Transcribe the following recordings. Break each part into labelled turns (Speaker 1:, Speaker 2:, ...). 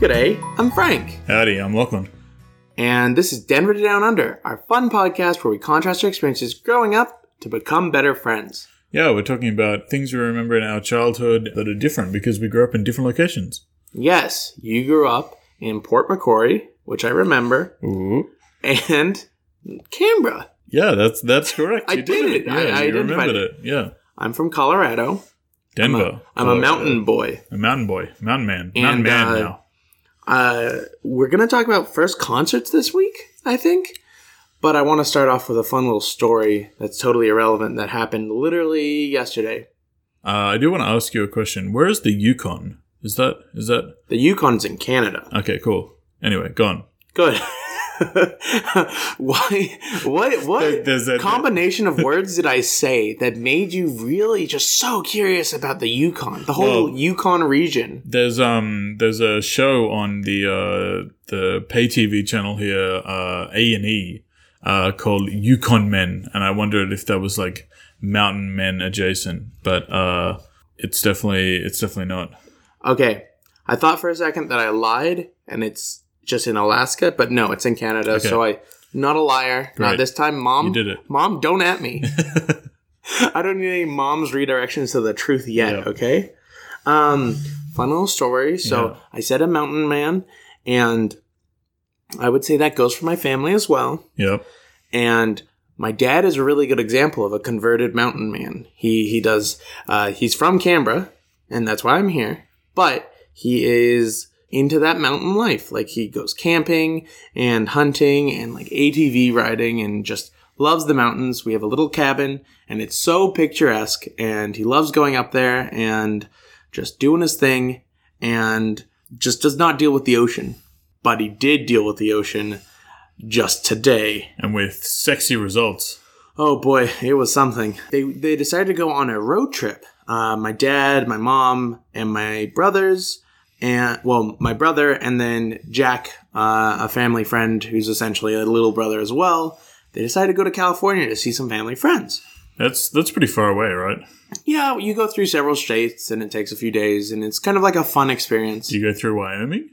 Speaker 1: G'day, I'm Frank,
Speaker 2: Howdy, I'm Lachlan.
Speaker 1: and this is Denver to Down Under, our fun podcast where we contrast our experiences growing up to become better friends.
Speaker 2: Yeah, we're talking about things we remember in our childhood that are different because we grew up in different locations.
Speaker 1: Yes, you grew up in Port Macquarie, which I remember,
Speaker 2: Ooh.
Speaker 1: and Canberra.
Speaker 2: Yeah, that's that's correct.
Speaker 1: I
Speaker 2: You
Speaker 1: did it.
Speaker 2: Yeah,
Speaker 1: I- I
Speaker 2: you
Speaker 1: identified
Speaker 2: remembered it. Yeah.
Speaker 1: I'm from Colorado. I'm a-
Speaker 2: Denver.
Speaker 1: I'm a,
Speaker 2: Colorado.
Speaker 1: mountain boy.
Speaker 2: A mountain boy. Mountain man.
Speaker 1: And,
Speaker 2: mountain man
Speaker 1: uh,
Speaker 2: now.
Speaker 1: Uh, we're going to talk about first concerts this week, I think. But I want to start off with a fun little story that's totally irrelevant that happened literally yesterday.
Speaker 2: Uh, I do want to ask you a question. Where is the Yukon? Is that is that
Speaker 1: The Yukon's in Canada.
Speaker 2: okay, cool. Anyway, gone.
Speaker 1: Good. Why? What?
Speaker 2: There-
Speaker 1: What
Speaker 2: there's that-
Speaker 1: combination of words did I say that made you really just so curious about the Yukon, the whole
Speaker 2: Well-
Speaker 1: Yukon region?
Speaker 2: There's um there's a show on the uh the pay TV channel here, uh A and E, uh called Yukon Men, and I wondered if that was like mountain men adjacent, but uh it's definitely it's definitely not.
Speaker 1: Okay, I thought for a second that I lied, and it's just in Alaska, but no, it's in Canada.
Speaker 2: Okay.
Speaker 1: So I, not a liar, not
Speaker 2: Great.
Speaker 1: this time, mom.
Speaker 2: You did it.
Speaker 1: mom. Don't at me. I don't need any mom's redirections to the truth yet.
Speaker 2: Yeah.
Speaker 1: Okay. Um, fun little story. So
Speaker 2: Yeah.
Speaker 1: I said a mountain man, and I would say that goes for my family as well.
Speaker 2: Yep.
Speaker 1: And my dad is a really good example of a converted mountain man. He he does. Uh, he's from Canberra, and that's why I'm here. But he is into that mountain life. Like he goes camping and hunting and like ATV riding and just loves the mountains. We have a little cabin, and it's so picturesque. And he loves going up there and just doing his thing, and just does not deal with the ocean. But he did deal with the ocean just today.
Speaker 2: And with sexy results.
Speaker 1: Oh boy, it was something. They they decided to go on a road trip. Uh, my dad, my mom, and my brothers, and well, my brother, and then Jack, uh, a family friend who's essentially a little brother as well. They decided to go to California to see some family friends.
Speaker 2: That's that's pretty far away, right?
Speaker 1: Yeah, you go through several states and it takes a few days, and it's kind of like a fun experience.
Speaker 2: Do you go through Wyoming?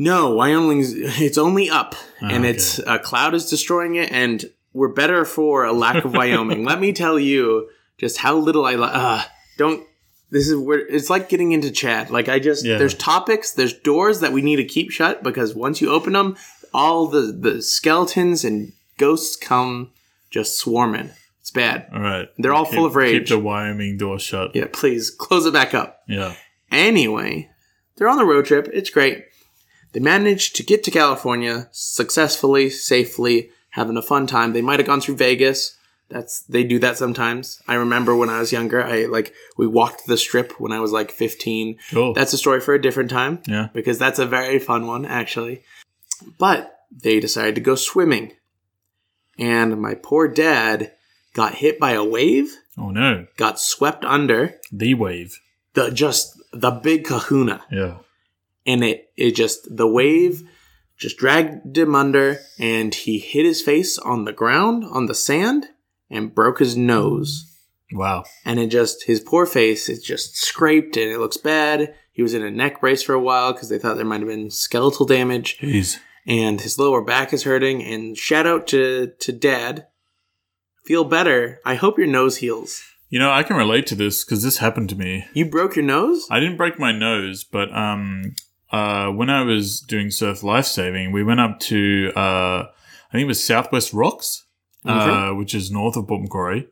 Speaker 1: No, Wyoming's it's only up, and
Speaker 2: Ah, okay.
Speaker 1: it's a cloud is destroying it, and we're better for a lack of Wyoming. Let me tell you just how little I li- uh, don't. This is where it's like getting into chat. Like I just
Speaker 2: Yeah.
Speaker 1: there's topics, there's doors that we need to keep shut because once you open them, all the the skeletons and ghosts come just swarming. It's bad.
Speaker 2: All right.
Speaker 1: They're all full
Speaker 2: Keep-
Speaker 1: of rage.
Speaker 2: Keep the Wyoming door shut.
Speaker 1: Yeah, please close it back up.
Speaker 2: Yeah.
Speaker 1: Anyway, they're on the road trip. It's great. They managed to get to California successfully, safely, having a fun time. They might have gone through Vegas. That's they do that sometimes. I remember when I was younger, I like we walked the strip when I was like 15.
Speaker 2: Cool.
Speaker 1: That's a story for a different time
Speaker 2: yeah.
Speaker 1: because that's a very fun one actually. But they decided to go swimming. And my poor dad got hit by a wave,
Speaker 2: Oh no.
Speaker 1: got swept under
Speaker 2: The wave.
Speaker 1: the just the big kahuna
Speaker 2: Yeah.
Speaker 1: and it it just the wave just dragged him under and he hit his face on the ground on the sand and broke his nose
Speaker 2: Wow.
Speaker 1: and it just his poor face it just scraped and it looks bad he was in a neck brace for a while because they thought there might have been skeletal damage
Speaker 2: Jeez.
Speaker 1: and his lower back is hurting and shout out to to dad feel better i hope your nose heals
Speaker 2: You know, I can relate to this because this happened to me.
Speaker 1: you broke your nose
Speaker 2: I didn't break my nose, but um, uh, when I was doing surf lifesaving, we went up to uh, I think it was Southwest Rocks, uh, which is north of Port Macquarie,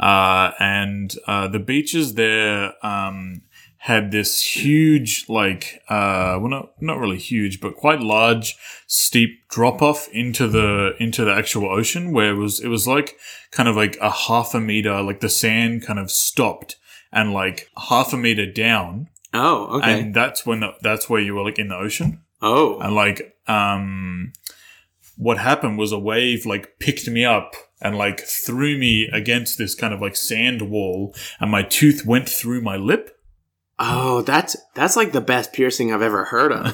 Speaker 2: uh, and uh, the beaches there um, had this huge, like, uh, well, not not really huge, but quite large, steep drop off into the into the actual ocean, where it was it was like kind of like a half a meter, like the sand kind of stopped. And like half a meter down,
Speaker 1: oh okay
Speaker 2: and that's when the, that's where you were like in the ocean
Speaker 1: oh
Speaker 2: and like um what happened was a wave like picked me up and like threw me against this kind of like sand wall and my tooth went through my lip
Speaker 1: oh that's that's like the best piercing i've ever heard of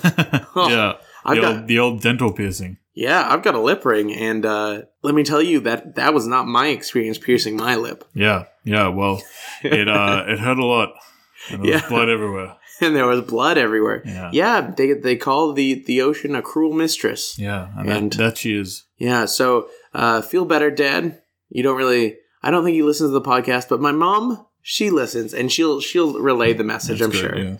Speaker 2: yeah
Speaker 1: I've
Speaker 2: the,
Speaker 1: got-
Speaker 2: old, the old dental piercing
Speaker 1: Yeah, I've got a lip ring, and uh, let me tell you that that was not my experience piercing my lip.
Speaker 2: yeah yeah well it uh it hurt a lot And there was
Speaker 1: Yeah.
Speaker 2: blood everywhere.
Speaker 1: and there was blood everywhere.
Speaker 2: Yeah.
Speaker 1: Yeah, they they call the the ocean a cruel mistress.
Speaker 2: Yeah. And,
Speaker 1: And-
Speaker 2: that, that she is.
Speaker 1: Yeah, so uh, feel better, Dad. You don't really. I don't think he listens to the podcast, but my mom she listens and she'll she'll relay the message.
Speaker 2: That's
Speaker 1: I'm
Speaker 2: good,
Speaker 1: sure.
Speaker 2: yeah.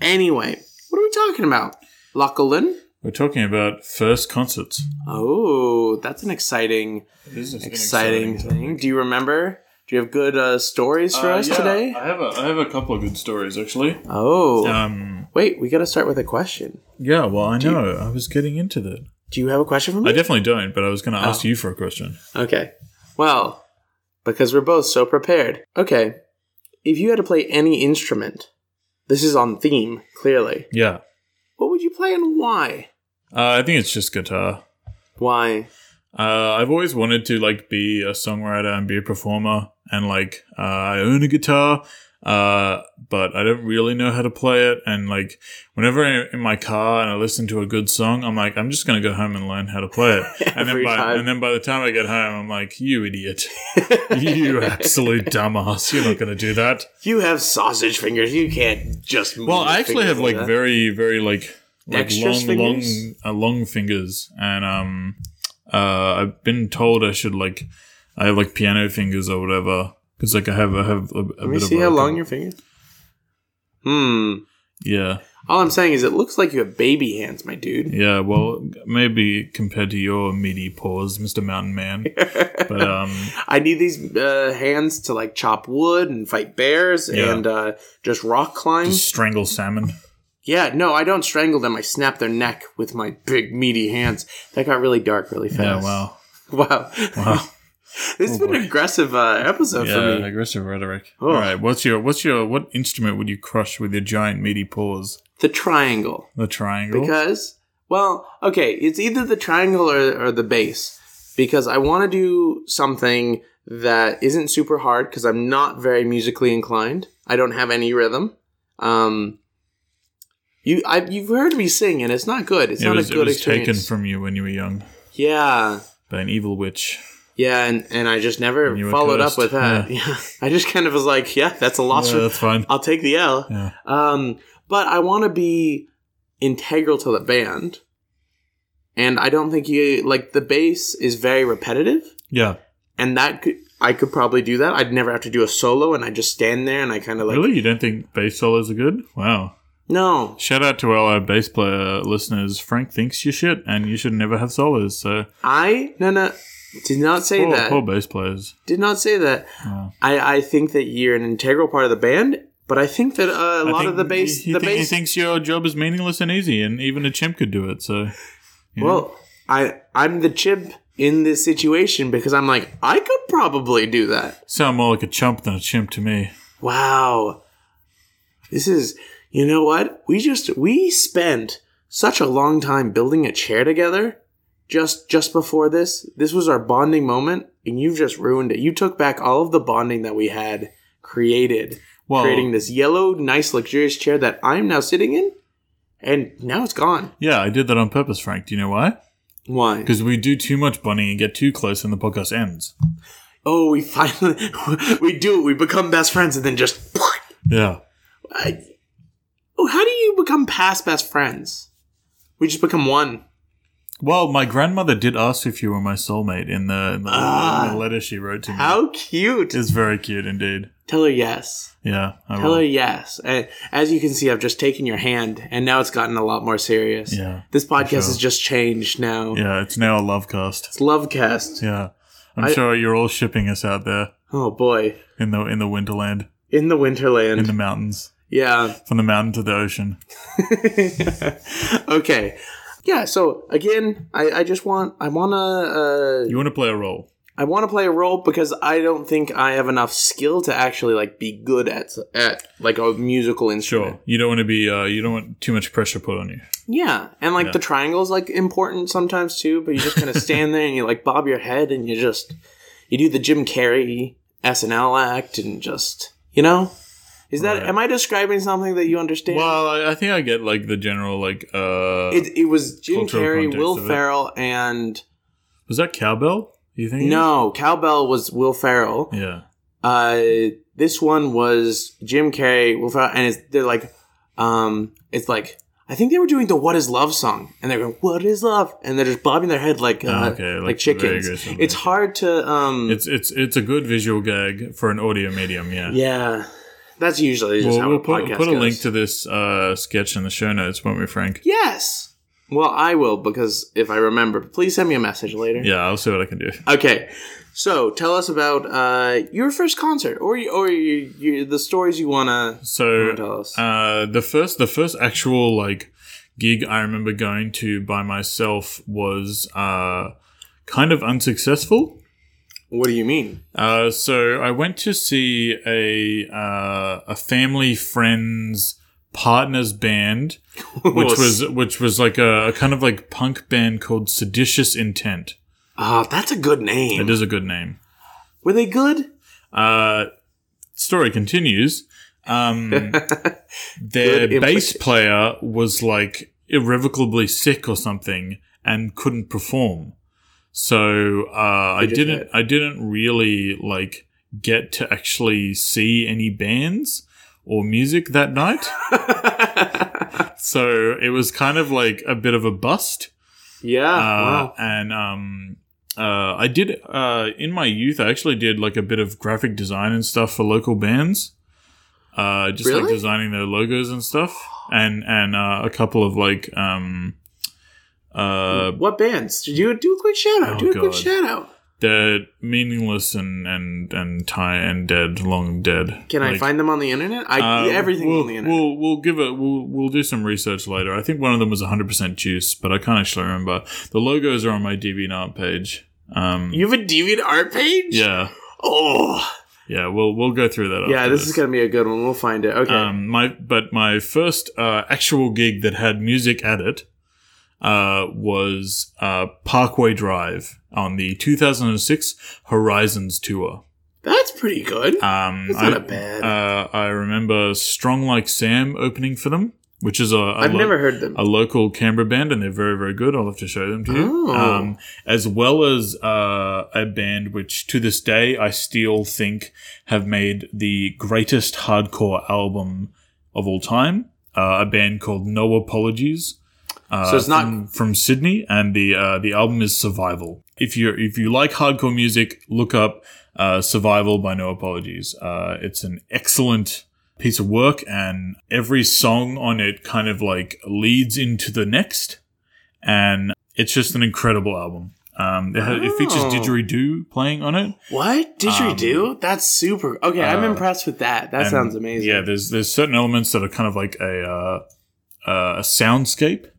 Speaker 1: Anyway, what are we talking about? Lachlan.
Speaker 2: We're talking about first concerts.
Speaker 1: Oh, that's an exciting,
Speaker 2: This is an
Speaker 1: exciting, thing. Do you remember? Do you have good uh, stories for
Speaker 2: Uh,
Speaker 1: us
Speaker 2: yeah,
Speaker 1: today?
Speaker 2: I have a I have a couple of good stories actually.
Speaker 1: Oh,
Speaker 2: Um,
Speaker 1: wait, we got to start with a question.
Speaker 2: yeah, well, I know I was getting into that.
Speaker 1: Do you have a question for me?
Speaker 2: I definitely don't, but I was going to
Speaker 1: Oh.
Speaker 2: ask you for a question.
Speaker 1: Okay. Well, because we're both so prepared. Okay. If you had to play any instrument, this is on theme, clearly.
Speaker 2: Yeah,
Speaker 1: What would you play and why?
Speaker 2: uh, I think it's just guitar.
Speaker 1: Why?
Speaker 2: Uh, I've always wanted to like be a songwriter and be a performer, and like uh, I own a guitar, uh, but I don't really know how to play it. And like whenever I'm in my car and I listen to a good song, I'm like, I'm just gonna go home and learn how to play it. And
Speaker 1: Every
Speaker 2: then by
Speaker 1: time.
Speaker 2: and then by the time I get home, I'm like, you idiot, you absolute dumbass, you're not gonna do that.
Speaker 1: You have sausage fingers. You can't just. Move
Speaker 2: Well, I
Speaker 1: your
Speaker 2: actually
Speaker 1: fingers
Speaker 2: have like
Speaker 1: that.
Speaker 2: very, very like like
Speaker 1: Dexterous
Speaker 2: long, long,
Speaker 1: fingers?
Speaker 2: uh, long fingers, and um, uh, I've been told I should like I have like piano fingers or whatever because like I have I have a,
Speaker 1: Let
Speaker 2: a bit
Speaker 1: me
Speaker 2: of
Speaker 1: see
Speaker 2: a-
Speaker 1: how long your fingers. Hmm.
Speaker 2: yeah
Speaker 1: All I'm saying is, it looks like you have baby hands, my dude.
Speaker 2: yeah well maybe compared to your meaty paws, Mister Mountain Man, but um
Speaker 1: I need these uh, hands to like chop wood and fight bears
Speaker 2: Yeah.
Speaker 1: and uh, just rock climb.
Speaker 2: just strangle salmon.
Speaker 1: Yeah, no, I don't strangle them. I snap their neck with my big meaty hands. That got really dark really
Speaker 2: Yeah
Speaker 1: fast.
Speaker 2: wow
Speaker 1: Wow.
Speaker 2: wow Oh,
Speaker 1: this has been an
Speaker 2: boy.
Speaker 1: aggressive uh, episode for
Speaker 2: yeah
Speaker 1: me.
Speaker 2: aggressive rhetoric.
Speaker 1: Oh.
Speaker 2: All right, what's your what's your what instrument would you crush with your giant meaty paws?
Speaker 1: The triangle.
Speaker 2: The triangle.
Speaker 1: Because, well, okay, it's either the triangle or, or the bass. Because I want to do something that isn't super hard because I'm not very musically inclined. I don't have any rhythm. Um, you, I, you've heard me sing, and it's not good. It's
Speaker 2: it
Speaker 1: not
Speaker 2: was,
Speaker 1: a good
Speaker 2: it was
Speaker 1: experience.
Speaker 2: taken from you when you were young.
Speaker 1: yeah.
Speaker 2: by an evil witch.
Speaker 1: Yeah, and, and I just never
Speaker 2: And you were
Speaker 1: followed up
Speaker 2: cursed.
Speaker 1: with that. Yeah. I just kind of was like, yeah, that's a loss.
Speaker 2: Yeah,
Speaker 1: for,
Speaker 2: that's fine.
Speaker 1: I'll take the L.
Speaker 2: Yeah.
Speaker 1: Um, but I want to be integral to the band, and I don't think you like the bass is very repetitive,
Speaker 2: Yeah.
Speaker 1: and that could, I could probably do that. I'd never have to do a solo, and I just stand there and I kind of like
Speaker 2: really? You don't think bass solos are good? Wow.
Speaker 1: no,
Speaker 2: Shout out to all our bass player listeners. Frank thinks you're shit and you should never have solos. So
Speaker 1: I no no did not say
Speaker 2: poor,
Speaker 1: that.
Speaker 2: poor bass players.
Speaker 1: Did not say that.
Speaker 2: Yeah.
Speaker 1: I I think that you're an integral part of the band. But I think that uh, a
Speaker 2: I
Speaker 1: lot
Speaker 2: think
Speaker 1: of the bass,
Speaker 2: He, he
Speaker 1: the
Speaker 2: think- he
Speaker 1: bass
Speaker 2: thinks your job is meaningless and easy, and even a chimp could do it. So, you know?
Speaker 1: Well, I I'm the chimp in this situation because I'm like I could probably do that.
Speaker 2: sound more like a chump than a chimp to me.
Speaker 1: Wow. This is you know what? We just we spent such a long time building a chair together just just before this. This was our bonding moment and you've just ruined it. You took back all of the bonding that we had created
Speaker 2: Well,
Speaker 1: creating this yellow nice luxurious chair that I'm now sitting in and now it's gone.
Speaker 2: yeah, I did that on purpose, Frank. Do you know why?
Speaker 1: Why?
Speaker 2: Because we do too much bunny and get too close, and the podcast ends.
Speaker 1: oh, we finally we do it. We become best friends, and then just.
Speaker 2: Yeah.
Speaker 1: I, oh, how do you become past best friends? We just become one.
Speaker 2: Well, my grandmother did ask if you were my soulmate in the, in the,
Speaker 1: Ah.
Speaker 2: in the letter she wrote to me.
Speaker 1: How cute!
Speaker 2: It's very cute indeed.
Speaker 1: Tell her yes.
Speaker 2: Yeah. I
Speaker 1: Tell
Speaker 2: will.
Speaker 1: her yes. And as you can see, I've just taken your hand, and now it's gotten a lot more serious.
Speaker 2: Yeah.
Speaker 1: This podcast
Speaker 2: sure.
Speaker 1: has just changed now.
Speaker 2: Yeah, it's now a love cast.
Speaker 1: It's Lovecast.
Speaker 2: Yeah. I'm
Speaker 1: I-
Speaker 2: sure you're all shipping us out there
Speaker 1: Oh boy,
Speaker 2: in the in the winterland,
Speaker 1: in the Winterland.
Speaker 2: in the mountains,
Speaker 1: yeah.
Speaker 2: from the mountain to the ocean.
Speaker 1: okay. Yeah. So again, I, I just want I wanna. Uh,
Speaker 2: You want to play a role.
Speaker 1: I want to play a role because I don't think I have enough skill to actually like be good at at like a musical instrument.
Speaker 2: Sure. You don't want to be uh you don't want too much pressure put on you.
Speaker 1: Yeah, and like
Speaker 2: Yeah.
Speaker 1: the triangle's like important sometimes too, but you just kind of stand there and you like bob your head and you just you do the Jim Carrey SNL act and just you know is that
Speaker 2: Right.
Speaker 1: am I describing something that you understand?
Speaker 2: Well, I, I think I get like the general like uh
Speaker 1: it, it was Jim
Speaker 2: Cultural
Speaker 1: Carrey,
Speaker 2: context
Speaker 1: Will
Speaker 2: of it.
Speaker 1: Ferrell, and
Speaker 2: was that cowbell? You think? it is?
Speaker 1: no cowbell was Will Ferrell.
Speaker 2: Yeah.
Speaker 1: Uh, This one was Jim Carrey, Will Ferrell, and it's, they're like, um, it's like I think they were doing the "What Is Love" song, and they're going "What Is Love," and they're just bobbing their head like uh,
Speaker 2: okay,
Speaker 1: like,
Speaker 2: like
Speaker 1: chickens.
Speaker 2: vague or something.
Speaker 1: It's hard to um,
Speaker 2: It's it's it's a good visual gag for an audio medium. Yeah.
Speaker 1: yeah, that's usually just
Speaker 2: Well,
Speaker 1: how
Speaker 2: we'll
Speaker 1: a
Speaker 2: put,
Speaker 1: podcast
Speaker 2: put a
Speaker 1: goes.
Speaker 2: link to this uh, sketch in the show notes, won't we, Frank?
Speaker 1: Yes. Well, I will because if I remember, please send me a message later.
Speaker 2: Yeah, I'll see what I can do.
Speaker 1: Okay. So tell us about uh, your first concert, or y- or you, you, the stories you wanna
Speaker 2: So
Speaker 1: tell us.
Speaker 2: Uh, the first the first actual like gig I remember going to by myself was uh, kind of unsuccessful.
Speaker 1: what do you mean?
Speaker 2: Uh, so I went to see a uh, a family friends partners band, which was which was like a, a kind of like punk band called Seditious Intent.
Speaker 1: ah, that's a good name.
Speaker 2: It is a good name.
Speaker 1: Were they good?
Speaker 2: Uh, story continues. Um, their
Speaker 1: Good implication.
Speaker 2: bass player was like irrevocably sick or something and couldn't perform. So uh, I
Speaker 1: They just
Speaker 2: didn't.
Speaker 1: had-
Speaker 2: I didn't really like get to actually see any bands or music that night. so it was kind of like a bit of a bust.
Speaker 1: yeah.
Speaker 2: Uh,
Speaker 1: Oh, wow.
Speaker 2: and um, uh, I did uh, in my youth. I actually did like a bit of graphic design and stuff for local bands, uh, just like
Speaker 1: Really?
Speaker 2: designing their logos and stuff, and and uh, a couple of like um, uh,
Speaker 1: what bands? Did you do a quick shout out?
Speaker 2: Oh,
Speaker 1: do a quick
Speaker 2: God.
Speaker 1: shout out.
Speaker 2: dead, meaningless, and and and tie and dead, long dead.
Speaker 1: Can I
Speaker 2: Like,
Speaker 1: find them on the internet? I
Speaker 2: uh,
Speaker 1: everything
Speaker 2: we'll,
Speaker 1: on the internet.
Speaker 2: We'll we'll give it. We'll we'll do some research later. I think one of them was 100% juice, but I can't actually remember. The logos are on my DeviantArt page. Um,
Speaker 1: you have a deviant art page?
Speaker 2: yeah.
Speaker 1: Oh.
Speaker 2: Yeah, we'll we'll go through that.
Speaker 1: Yeah,
Speaker 2: after
Speaker 1: this is gonna be a good one. We'll find it. Okay.
Speaker 2: Um, my but my first uh, actual gig that had music at it uh, was uh, Parkway Drive on the 2006 Horizons tour.
Speaker 1: that's pretty good.
Speaker 2: Um,
Speaker 1: That's
Speaker 2: I,
Speaker 1: not bad.
Speaker 2: Uh, I remember Strong Like Sam opening for them, which is a, a
Speaker 1: I've
Speaker 2: lo-
Speaker 1: never heard them.
Speaker 2: a local Canberra band, and they're very, very good. I'll have to show them to you.
Speaker 1: Oh.
Speaker 2: Um, as well as uh, a band which, to this day, I still think have made the greatest hardcore album of all time. Uh, a band called No Apologies. Uh,
Speaker 1: So it's not-
Speaker 2: from, from Sydney, and the uh, the album is Survival. If you if you like hardcore music, look up uh, Survival by No Apologies. Uh, it's an excellent piece of work and every song on it kind of like leads into the next and it's just an incredible album um, it, ha- it features
Speaker 1: Oh.
Speaker 2: didgeridoo playing on it
Speaker 1: What didgeridoo? That's super. Okay, I'm
Speaker 2: Um, uh,
Speaker 1: impressed with that. That
Speaker 2: And,
Speaker 1: sounds amazing.
Speaker 2: yeah there's there's certain elements that are kind of like a uh, uh, a soundscape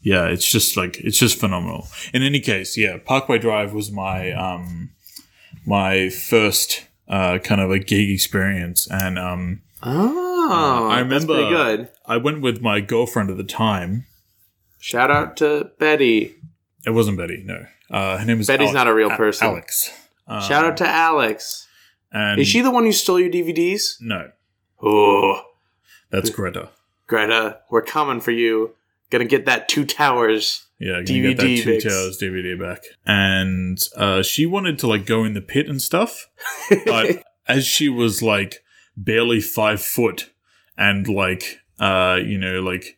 Speaker 2: yeah it's just like it's just phenomenal in any case yeah parkway drive was my um my first uh, kind of a gig experience and um
Speaker 1: oh,
Speaker 2: I
Speaker 1: I
Speaker 2: remember- uh,
Speaker 1: remember. That's pretty good.
Speaker 2: I went with my girlfriend at the time.
Speaker 1: Shout out to Betty.
Speaker 2: It wasn't Betty, no. Uh, her name is
Speaker 1: Betty's not a real person.
Speaker 2: Alex. Um,
Speaker 1: Shout out to Alex.
Speaker 2: and
Speaker 1: Is she the one who stole your DVDs?
Speaker 2: No,
Speaker 1: Oh,
Speaker 2: that's Greta.
Speaker 1: Greta, we're coming for you. Gonna get that two towers.
Speaker 2: Yeah, gonna get that
Speaker 1: DVD
Speaker 2: two
Speaker 1: mix.
Speaker 2: towers DVD back. And uh, she wanted to like go in the pit and stuff, but as she was like barely five foot and like uh, you know like.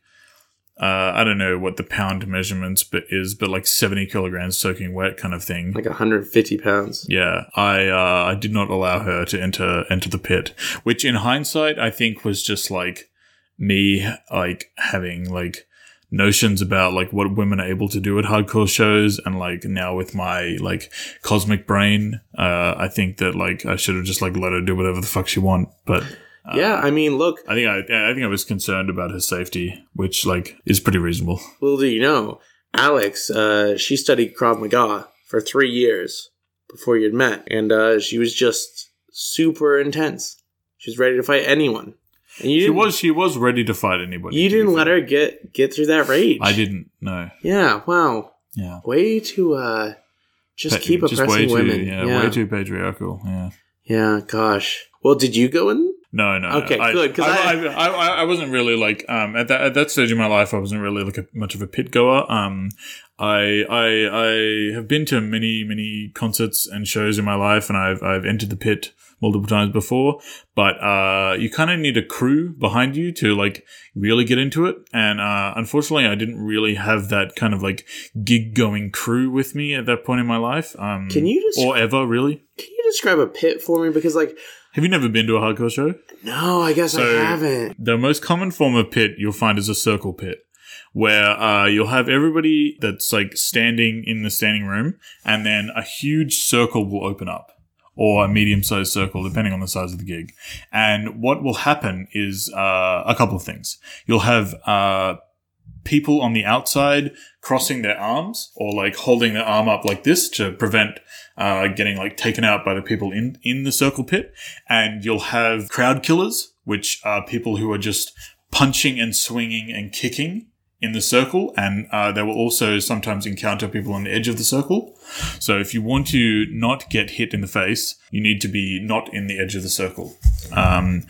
Speaker 2: Uh, I don't know what the pound measurements but is, but like 70 kilograms soaking wet kind of thing.
Speaker 1: Like 150 pounds.
Speaker 2: Yeah, I uh, I did not allow her to enter enter the pit, which in hindsight I think was just like me like having like notions about like what women are able to do at hardcore shows and like now with my like cosmic brain uh i think that like i should have just like let her do whatever the fuck she want but uh,
Speaker 1: yeah, I mean, look,
Speaker 2: i think i i think i was concerned about her safety which like is pretty reasonable
Speaker 1: little do you know, Alex, uh, she studied Krav Maga for three years before you'd met, and uh, she was just super intense. She was ready to fight anyone. And you
Speaker 2: she
Speaker 1: didn't,
Speaker 2: was she was ready to fight anybody
Speaker 1: you
Speaker 2: to be
Speaker 1: didn't let
Speaker 2: fair.
Speaker 1: her get get through that rage.
Speaker 2: i didn't no
Speaker 1: Yeah. Wow.
Speaker 2: yeah
Speaker 1: Way to uh, just
Speaker 2: Pa-
Speaker 1: keep oppressing
Speaker 2: way too,
Speaker 1: women.
Speaker 2: Yeah,
Speaker 1: yeah.
Speaker 2: way too patriarchal. Yeah.
Speaker 1: Yeah, Gosh. Well, did you go in?
Speaker 2: No, no.
Speaker 1: Okay,
Speaker 2: I,
Speaker 1: good, 'cause I-
Speaker 2: I, I, I, I, I wasn't really like um at that at that stage in my life. I wasn't really like a, much of a pit goer. Um, I I I have been to many many concerts and shows in my life, and I've I've entered the pit multiple times before. But uh, you kind of need a crew behind you to like really get into it. And uh, unfortunately, I didn't really have that kind of like gig going crew with me at that point in my life. Um,
Speaker 1: Can you just-
Speaker 2: or ever really?
Speaker 1: Can you describe a pit for me? Because like,
Speaker 2: Have you never been to a hardcore show?
Speaker 1: no, I guess I
Speaker 2: So-
Speaker 1: haven't.
Speaker 2: The most common form of pit you'll find is a circle pit, where uh, you'll have everybody that's like standing in the standing room, and then a huge circle will open up, or a medium sized circle, depending on the size of the gig. And what will happen is uh, a couple of things. You'll have uh, people on the outside crossing their arms or like holding their arm up like this to prevent uh, getting like taken out by the people in in the circle pit and you'll have crowd killers which are people who are just punching and swinging and kicking in the circle and uh, they will also sometimes encounter people on the edge of the circle so if you want to not get hit in the face you need to be not in the edge of the circle um,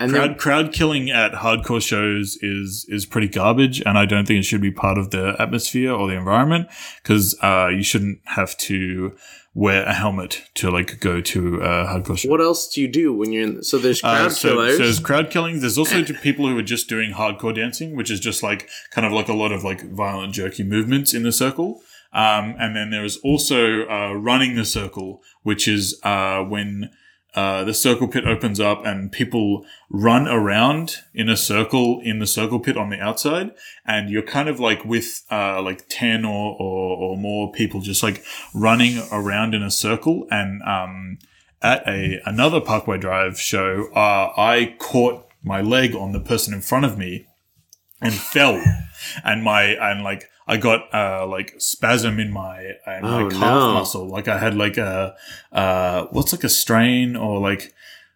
Speaker 1: And
Speaker 2: crowd,
Speaker 1: then
Speaker 2: crowd killing at hardcore shows is is pretty garbage, and I don't think it should be part of the atmosphere or the environment because uh, you shouldn't have to wear a helmet to like go to a hardcore show.
Speaker 1: what else do you do when you're in? So there's crowd
Speaker 2: Uh, so,
Speaker 1: killers.
Speaker 2: so there's crowd killings. There's also to people who are just doing hardcore dancing, which is just like kind of like a lot of like violent, jerky movements in the circle. Um, and then there is also uh, running the circle, which is uh, when uh, the circle pit opens up and people run around in a circle in the circle pit on the outside, and you're kind of like with uh, like ten or, or or more people just like running around in a circle, and um, at a another Parkway Drive show, uh, I caught my leg on the person in front of me and fell, and my and like I got uh, like spasm in my in my
Speaker 1: Oh,
Speaker 2: calf
Speaker 1: no.
Speaker 2: muscle. Like I had like a uh, what's like a strain or like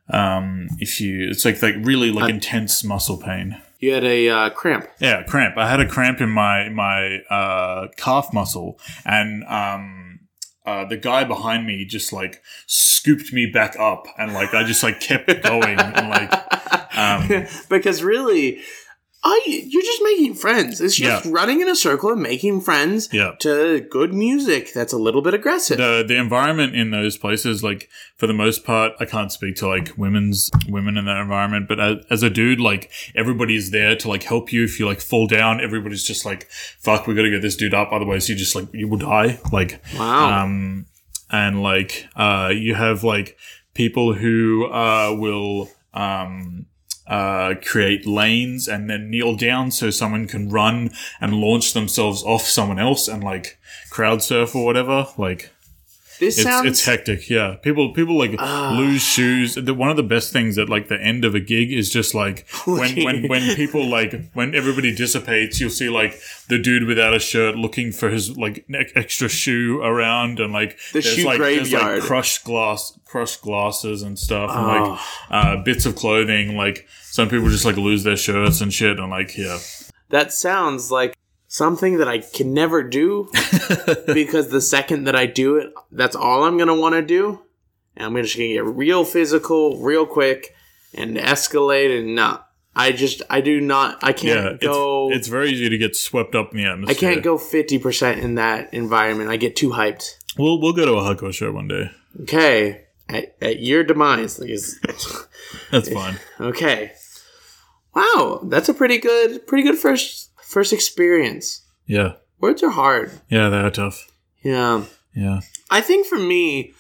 Speaker 2: um if you it's like like really like intense muscle pain.
Speaker 1: you had a uh, cramp.
Speaker 2: Yeah, cramp. I had a cramp in my my uh, calf muscle, and um, uh, the guy behind me just like scooped me back up, and like I just like kept going, and like um,
Speaker 1: because really, I you're just making friends. It's just
Speaker 2: Yeah.
Speaker 1: running in a circle and making friends
Speaker 2: yeah.
Speaker 1: to good music that's a little bit aggressive.
Speaker 2: The the environment in those places, like for the most part, I can't speak to like women's women in that environment, but as, as a dude, like everybody's there to like help you if you like fall down. Everybody's just like, "Fuck, we got to get this dude up," otherwise you just like you will die. Like
Speaker 1: wow.
Speaker 2: um, and like uh, you have like people who uh, will um, uh, create lanes and then kneel down so someone can run and launch themselves off someone else and like crowd surf or whatever like
Speaker 1: this
Speaker 2: it's,
Speaker 1: sounds Ah.
Speaker 2: it's hectic yeah people people like lose shoes the, one of the best things at like the end of a gig is just like when, when when people like when everybody dissipates you'll see like the dude without a shirt looking for his like ne- extra shoe around and like
Speaker 1: The shoe
Speaker 2: like,
Speaker 1: graveyard.
Speaker 2: like crushed glass crushed glasses and stuff and
Speaker 1: Oh.
Speaker 2: like uh, bits of clothing like some people just like lose their shirts and shit and like yeah
Speaker 1: that sounds like something that I can never do because the second that I do it, that's all I'm gonna want to do, and I'm just gonna get real physical, real quick, and escalate. And not, I just I do not. I
Speaker 2: yeah
Speaker 1: can't
Speaker 2: it's,
Speaker 1: go.
Speaker 2: it's very easy to get swept up in the
Speaker 1: I
Speaker 2: atmosphere
Speaker 1: can't go fifty percent in that environment. I get too hyped.
Speaker 2: we'll, we'll go to a hardcore show one day
Speaker 1: Okay, at, at your demise. Like, it's-
Speaker 2: that's fine
Speaker 1: okay, wow, that's a pretty good, pretty good first first experience.
Speaker 2: yeah
Speaker 1: Words are hard.
Speaker 2: Yeah, they are tough.
Speaker 1: Yeah.
Speaker 2: Yeah.
Speaker 1: I think for me,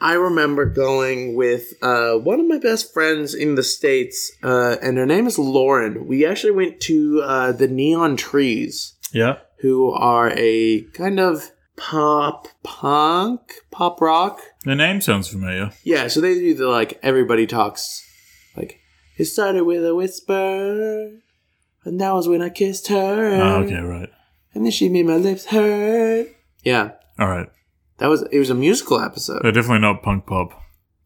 Speaker 1: I remember going with uh, one of my best friends in the States, uh, and her name is Lauren. We actually went to uh, the Neon Trees,
Speaker 2: Yeah.
Speaker 1: who are a kind of pop punk, pop rock.
Speaker 2: The name sounds familiar.
Speaker 1: Yeah, so they do the like everybody talks. Like, it started with a whisper, and that was when I kissed her.
Speaker 2: Ah, okay, right.
Speaker 1: And then she made my lips hurt. Yeah,
Speaker 2: All right.
Speaker 1: that was it was a musical episode.
Speaker 2: They're definitely not punk pop.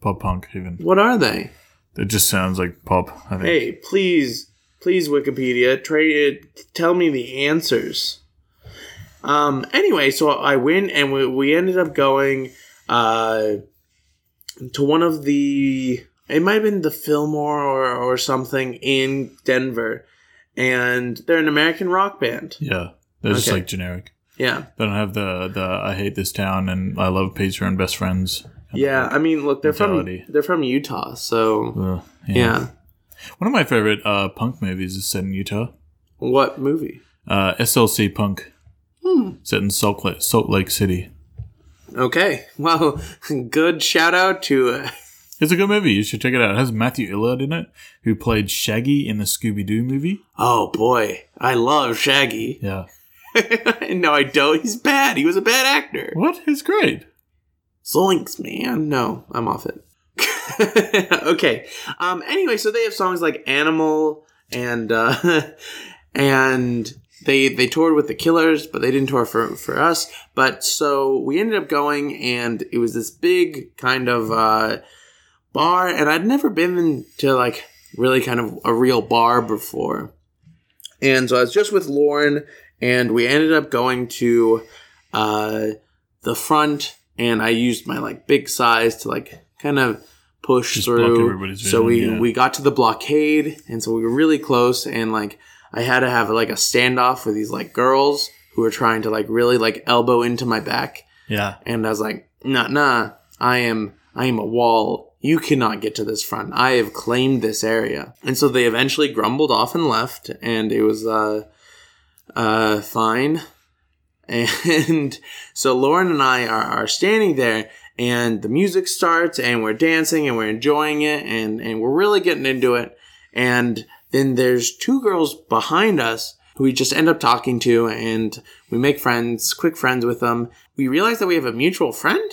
Speaker 2: Pop punk, even.
Speaker 1: What are they?
Speaker 2: It just sounds like pop, I think.
Speaker 1: Hey, please, please, Wikipedia, trade it. Tell me the answers. Um. Anyway, so I win, and we, we ended up going uh to one of the it might have been the Fillmore or, or something in Denver, and they're an American rock band.
Speaker 2: Yeah, they're just
Speaker 1: Okay.
Speaker 2: like generic.
Speaker 1: Yeah,
Speaker 2: They don't have the the I hate this town and I love pizza and best friends.
Speaker 1: yeah. I mean, look, they're
Speaker 2: Mentality.
Speaker 1: from they're from Utah, so
Speaker 2: Ugh,
Speaker 1: yeah.
Speaker 2: One of my favorite uh, punk movies is set in Utah.
Speaker 1: What movie?
Speaker 2: Uh, SLC Punk,
Speaker 1: Hmm.
Speaker 2: set in Salt Lake, Salt Lake City.
Speaker 1: Okay, well, good shout out to uh,
Speaker 2: It's a good movie. You should check it out. It has Matthew Illard in it, who played Shaggy in the Scooby Doo movie.
Speaker 1: oh boy, I love Shaggy.
Speaker 2: Yeah.
Speaker 1: no, I don't. He's bad. He was a bad actor.
Speaker 2: What? He's great.
Speaker 1: Zoinks, man. No, I'm off it. okay. Um, anyway, so they have songs like Animal and uh, and they they toured with the Killers, but they didn't tour for for us. But so we ended up going, and it was this big kind of uh, bar, and I'd never been to like really kind of a real bar before, and so I was just with Lauren, and we ended up going to. Uh, the front and I used my like big size to like kind of push
Speaker 2: Just block
Speaker 1: through.
Speaker 2: everybody's
Speaker 1: So
Speaker 2: vision,
Speaker 1: we
Speaker 2: yeah.
Speaker 1: we got to the blockade and so we were really close and like I had to have like a standoff with these like girls who were trying to like really like elbow into my back
Speaker 2: Yeah.
Speaker 1: and I was like, nah nah, I am I am a wall. You cannot get to this front. I have claimed this area. And so they eventually grumbled off and left and it was uh uh, fine. And so Lauren and I are, are standing there, and the music starts, and we're dancing, and we're enjoying it, and, and we're really getting into it. And then there's two girls behind us who we just end up talking to, and we make friends, quick friends with them. We realize that we have a mutual friend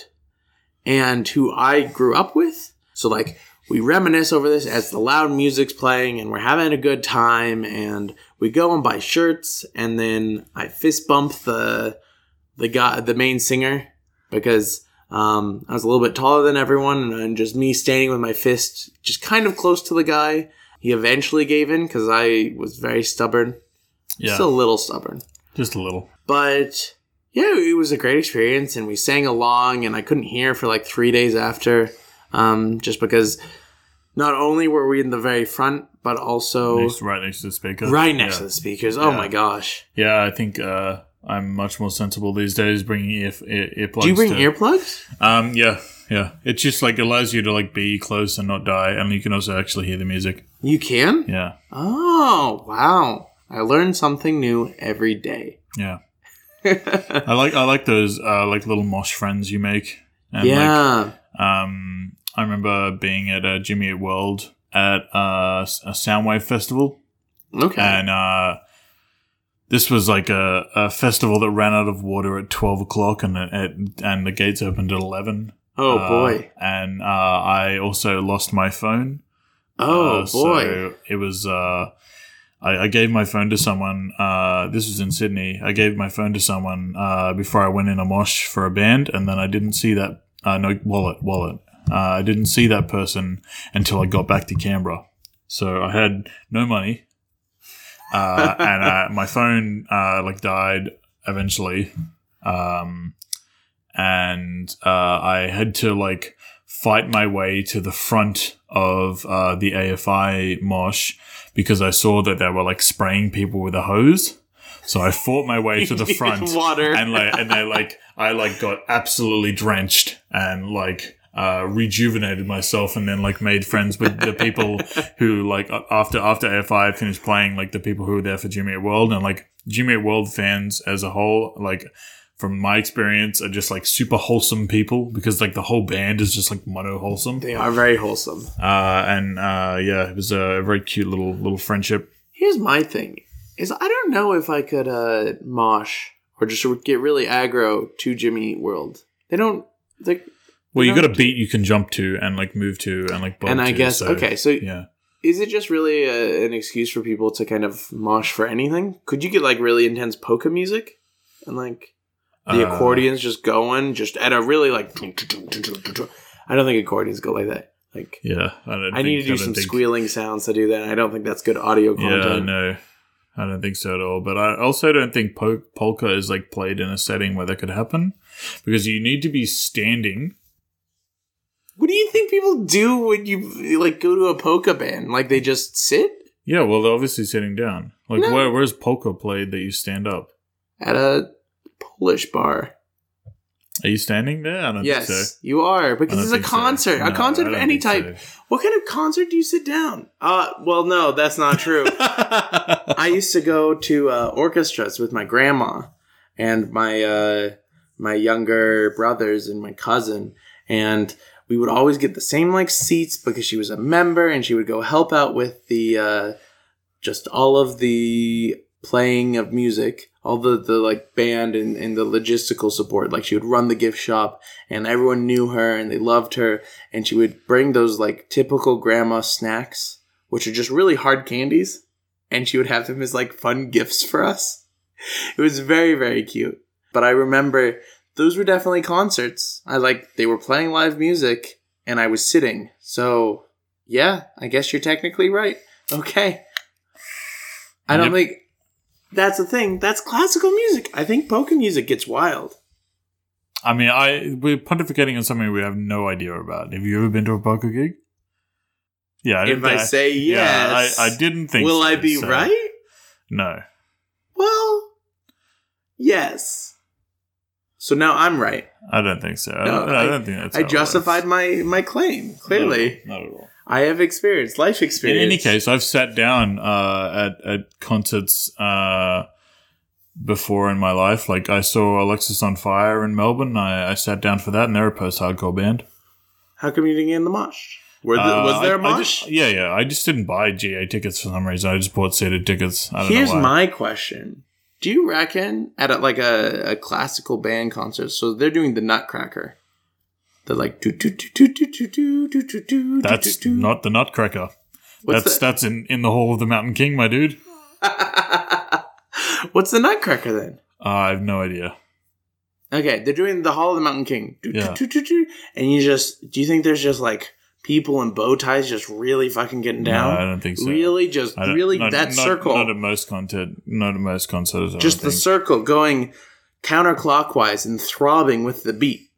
Speaker 1: and who I grew up with. So like we reminisce over this as the loud music's playing and we're having a good time and we go and buy shirts and then I fist bump the the guy the main singer because um, I was a little bit taller than everyone and just me standing with my fist just kind of close to the guy. He eventually gave in because I was very stubborn,
Speaker 2: Yeah.
Speaker 1: still a little stubborn
Speaker 2: just a little.
Speaker 1: but yeah, it was a great experience, and we sang along, and I couldn't hear for like three days after, um, just because not only were we in the very front, but also
Speaker 2: Next, right next to the speaker.
Speaker 1: right next
Speaker 2: yeah.
Speaker 1: to the speakers. Oh
Speaker 2: Yeah.
Speaker 1: my gosh!
Speaker 2: Yeah, I think uh, I'm much more sensible these days bringing ear, ear, earplugs.
Speaker 1: Do you bring
Speaker 2: to-
Speaker 1: earplugs?
Speaker 2: Um, yeah, yeah. It just like allows you to like be close and not die, and you can also actually hear the music.
Speaker 1: You can.
Speaker 2: Yeah,
Speaker 1: Oh wow! I learn something new every day.
Speaker 2: yeah. I like I like those uh, like little mosh friends you make. And,
Speaker 1: yeah.
Speaker 2: Like, um, I remember being at uh, Jimmy Eat World at uh, a Soundwave festival,
Speaker 1: okay.
Speaker 2: and uh, this was like a, a festival that ran out of water at twelve o'clock, and it, it, and the gates opened at eleven.
Speaker 1: oh
Speaker 2: Uh,
Speaker 1: boy.
Speaker 2: And uh, I also lost my phone.
Speaker 1: Oh
Speaker 2: Uh,
Speaker 1: boy.
Speaker 2: So it was. Uh, I, I gave my phone to someone. Uh, this was in Sydney. I gave my phone to someone uh, before I went in a mosh for a band, and then I didn't see that. Uh, no wallet, wallet. Uh, I didn't see that person until I got back to Canberra. So I had no money, uh, and uh, my phone uh, like died eventually, um, and uh, I had to like fight my way to the front of uh, the AFI mosh because I saw that they were like spraying people with a hose. So I fought my way to the front
Speaker 1: Water.
Speaker 2: and like and they like I like got absolutely drenched and like uh, rejuvenated myself and then like made friends with the people who like a- after after AFI had finished playing like the people who were there for Jimmy Eat World and like Jimmy Eat World fans as a whole like from my experience are just like super wholesome people because like the whole band is just like mono wholesome
Speaker 1: they are very wholesome.
Speaker 2: uh, and uh, yeah it was a very cute little little friendship
Speaker 1: Here's my thing: is I don't know if I could uh, mosh or just get really aggro to Jimmy Eat World. They don't. They,
Speaker 2: well you
Speaker 1: know-
Speaker 2: got a beat you can jump to and like move to and like bob
Speaker 1: and I
Speaker 2: to,
Speaker 1: guess
Speaker 2: so,
Speaker 1: okay. So
Speaker 2: yeah
Speaker 1: is it just really uh an excuse for people to kind of mosh for anything? Could you get like really intense polka music and like the
Speaker 2: Uh,
Speaker 1: accordions just going just at a really like? I don't think accordions go like that. Like
Speaker 2: Yeah, I don't.
Speaker 1: I need to
Speaker 2: think-
Speaker 1: do
Speaker 2: don't
Speaker 1: some
Speaker 2: think-
Speaker 1: squealing sounds to do that. I don't think that's good audio content.
Speaker 2: Yeah, no, I don't think so at all. But I also don't think pol- polka is like played in a setting where that could happen, because you need to be standing
Speaker 1: What do you think people do when you like go to a polka band? Like they just sit
Speaker 2: Yeah, well, they're obviously sitting down. Like,
Speaker 1: No.
Speaker 2: where, where's poker played that you stand up?
Speaker 1: at a Polish bar.
Speaker 2: Are you standing there? I don't
Speaker 1: Yes,
Speaker 2: think so.
Speaker 1: you are
Speaker 2: I
Speaker 1: because
Speaker 2: don't
Speaker 1: it's a
Speaker 2: think so.
Speaker 1: concert, a
Speaker 2: No,
Speaker 1: concert
Speaker 2: I
Speaker 1: of
Speaker 2: don't
Speaker 1: any
Speaker 2: think
Speaker 1: type. What kind of concert do you sit down? Uh, well, no, that's not true.
Speaker 2: so.
Speaker 1: I used to go to uh, orchestras with my grandma and my uh, my younger brothers and my cousin, and we would always get the same like seats because she was a member and she would go help out with the uh, just all of the playing of music, all the the like band and, and the logistical support. Like she would run the gift shop, and everyone knew her and they loved her, and she would bring those like typical grandma snacks, which are just really hard candies and she would have them as like fun gifts for us. It was very very cute. But I remember those were definitely concerts. I like they were playing live music and I was sitting. So, yeah, I guess you're technically right. Okay. I don't
Speaker 2: Yep.
Speaker 1: think that's the thing. That's classical music. I think polka music gets wild.
Speaker 2: I mean, I we're pontificating on something we have no idea about. Have you ever been to a poker gig? Yeah.
Speaker 1: If I say yes,
Speaker 2: I, I didn't think.
Speaker 1: Will
Speaker 2: so,
Speaker 1: I be
Speaker 2: so-
Speaker 1: right?
Speaker 2: No.
Speaker 1: Well, yes. So now I'm right.
Speaker 2: I don't think so. I,
Speaker 1: No,
Speaker 2: don't, Uh, I,
Speaker 1: I-
Speaker 2: don't think that's.
Speaker 1: I
Speaker 2: how it
Speaker 1: justified my
Speaker 2: works.
Speaker 1: my claim clearly.
Speaker 2: No, not at all.
Speaker 1: I have experience, life
Speaker 2: In
Speaker 1: experience.
Speaker 2: any case, I've sat down uh, at at concerts uh, before in my life. Like I saw Alexis on Fire in Melbourne. I, I sat down for that, and they're a post hardcore band.
Speaker 1: how come you didn't get in the mosh? Were the,
Speaker 2: Uh,
Speaker 1: was there a
Speaker 2: I- I
Speaker 1: mosh?
Speaker 2: just- yeah, yeah. I just didn't buy GA tickets for some reason. I just bought seated tickets. I don't
Speaker 1: Here's
Speaker 2: know why.
Speaker 1: my question: Do you reckon at a, like a, a classical band concert? So they're doing the Nutcracker. They're like do do do do do do do do do do.
Speaker 2: That's
Speaker 1: do, do.
Speaker 2: not the Nutcracker.
Speaker 1: What's
Speaker 2: that's that's in, in the Hall of the Mountain King, my dude.
Speaker 1: the- What's the Nutcracker then?
Speaker 2: Uh, I have no idea.
Speaker 1: Okay, they're doing the Hall of the Mountain King. Do,
Speaker 2: Yeah.
Speaker 1: do, do, do, do. And you just do you think there's just like people in bow ties just really fucking getting
Speaker 2: No, I
Speaker 1: down?
Speaker 2: don't think so.
Speaker 1: really just
Speaker 2: I don't-
Speaker 1: really
Speaker 2: not-
Speaker 1: that
Speaker 2: not-
Speaker 1: circle.
Speaker 2: Not at most content. Not at most concerts. I
Speaker 1: just
Speaker 2: don't
Speaker 1: the
Speaker 2: think.
Speaker 1: circle going counterclockwise and throbbing with the beat.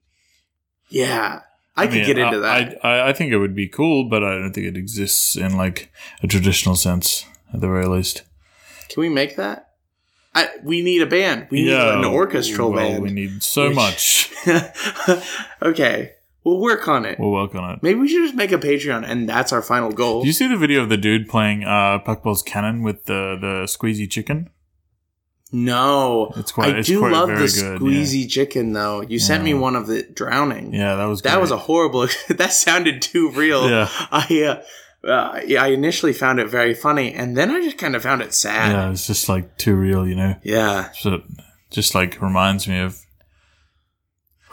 Speaker 1: Yeah, I, could
Speaker 2: mean,
Speaker 1: get into
Speaker 2: I-
Speaker 1: that.
Speaker 2: I, I, I think it would be cool, but I don't think it exists in like a traditional sense at the very least.
Speaker 1: Can we make that? I, we need a band. We need an orchestral
Speaker 2: well,
Speaker 1: band.
Speaker 2: We need so
Speaker 1: Which-
Speaker 2: much.
Speaker 1: okay, we'll work on it.
Speaker 2: We'll work on it.
Speaker 1: Maybe we should just make a Patreon, and that's our final goal.
Speaker 2: Do you see the video of the dude playing uh, Puckball's cannon with the, the squeezy chicken?
Speaker 1: no,
Speaker 2: It's quite.
Speaker 1: I
Speaker 2: it's
Speaker 1: do
Speaker 2: quite
Speaker 1: love the
Speaker 2: very good.
Speaker 1: squeezy chicken though. You sent me
Speaker 2: Yeah.
Speaker 1: one of the drowning.
Speaker 2: Yeah, yeah that was.
Speaker 1: That was a
Speaker 2: great.
Speaker 1: horrible. that sounded too real.
Speaker 2: Yeah.
Speaker 1: I uh, uh, yeah, I initially found it very funny, and then I just kind of found it sad.
Speaker 2: Yeah, it's just like too real, you know.
Speaker 1: Yeah.
Speaker 2: So just like reminds me of.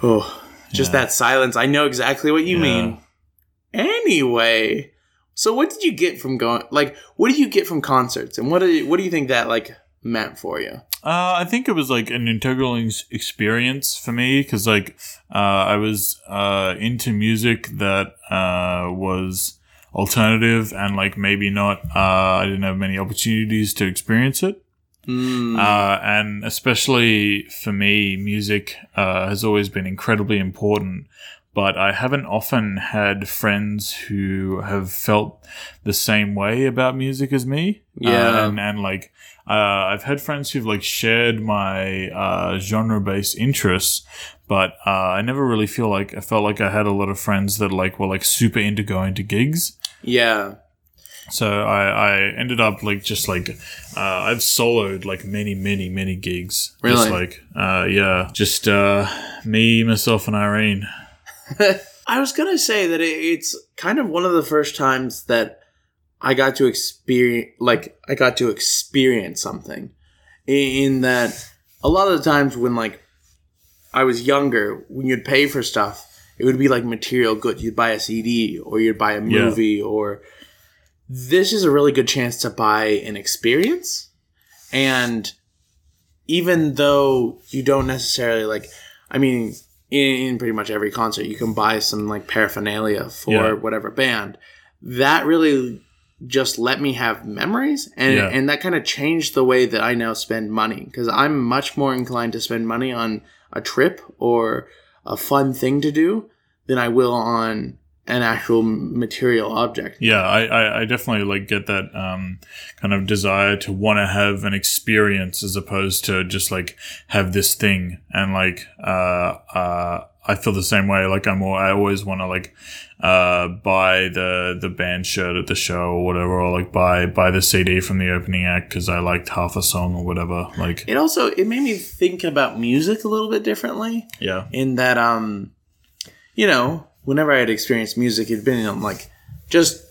Speaker 1: Oh, just
Speaker 2: Yeah.
Speaker 1: that silence. I know exactly what you
Speaker 2: Yeah.
Speaker 1: mean. Anyway, so what did you get from going? Like, what do you get from concerts, and what do you, what do you think that like meant for you?
Speaker 2: Uh, I think it was like an integral ex- experience for me because like uh, I was uh, into music that uh, was alternative and like maybe not. Uh, I didn't have many opportunities to experience it,
Speaker 1: Mm,
Speaker 2: uh, and especially for me, music uh, has always been incredibly important. But I haven't often had friends who have felt the same way about music as me. Uh,
Speaker 1: Yeah.
Speaker 2: and, and like, uh, I've had friends who've like shared my uh, genre based interests, but uh, I never really feel like I felt like I had a lot of friends that like were like super into going to gigs.
Speaker 1: yeah.
Speaker 2: So I, I ended up like just like uh, I've soloed like many many many gigs.
Speaker 1: Really?
Speaker 2: Just like uh, yeah, just uh, me myself and Irene.
Speaker 1: I was gonna say that it, it's kind of one of the first times that I got to experience, like I got to experience something. In, in that, a lot of the times when like I was younger, when you'd pay for stuff, it would be like material good. You'd buy a CD or you'd buy a
Speaker 2: Yeah.
Speaker 1: movie, or this is a really good chance to buy an experience. And even though you don't necessarily like, I mean, in, in pretty much every concert, you can buy some like paraphernalia for
Speaker 2: Yeah.
Speaker 1: whatever band. That really just let me have memories and
Speaker 2: Yeah.
Speaker 1: and that kind of changed the way that I now spend money because I'm much more inclined to spend money on a trip or a fun thing to do than I will on an actual material object.
Speaker 2: Yeah, I, I, I definitely like get that um, kind of desire to want to have an experience as opposed to just like have this thing and like uh, uh, I feel the same way. Like I'm all, I always want to like uh, buy the the band shirt at the show or whatever, or like buy buy the CD from the opening act because I liked half a song or whatever. Like
Speaker 1: It also it made me think about music a little bit differently
Speaker 2: yeah,
Speaker 1: in that um you know, whenever I had experienced music it'd been in um, like just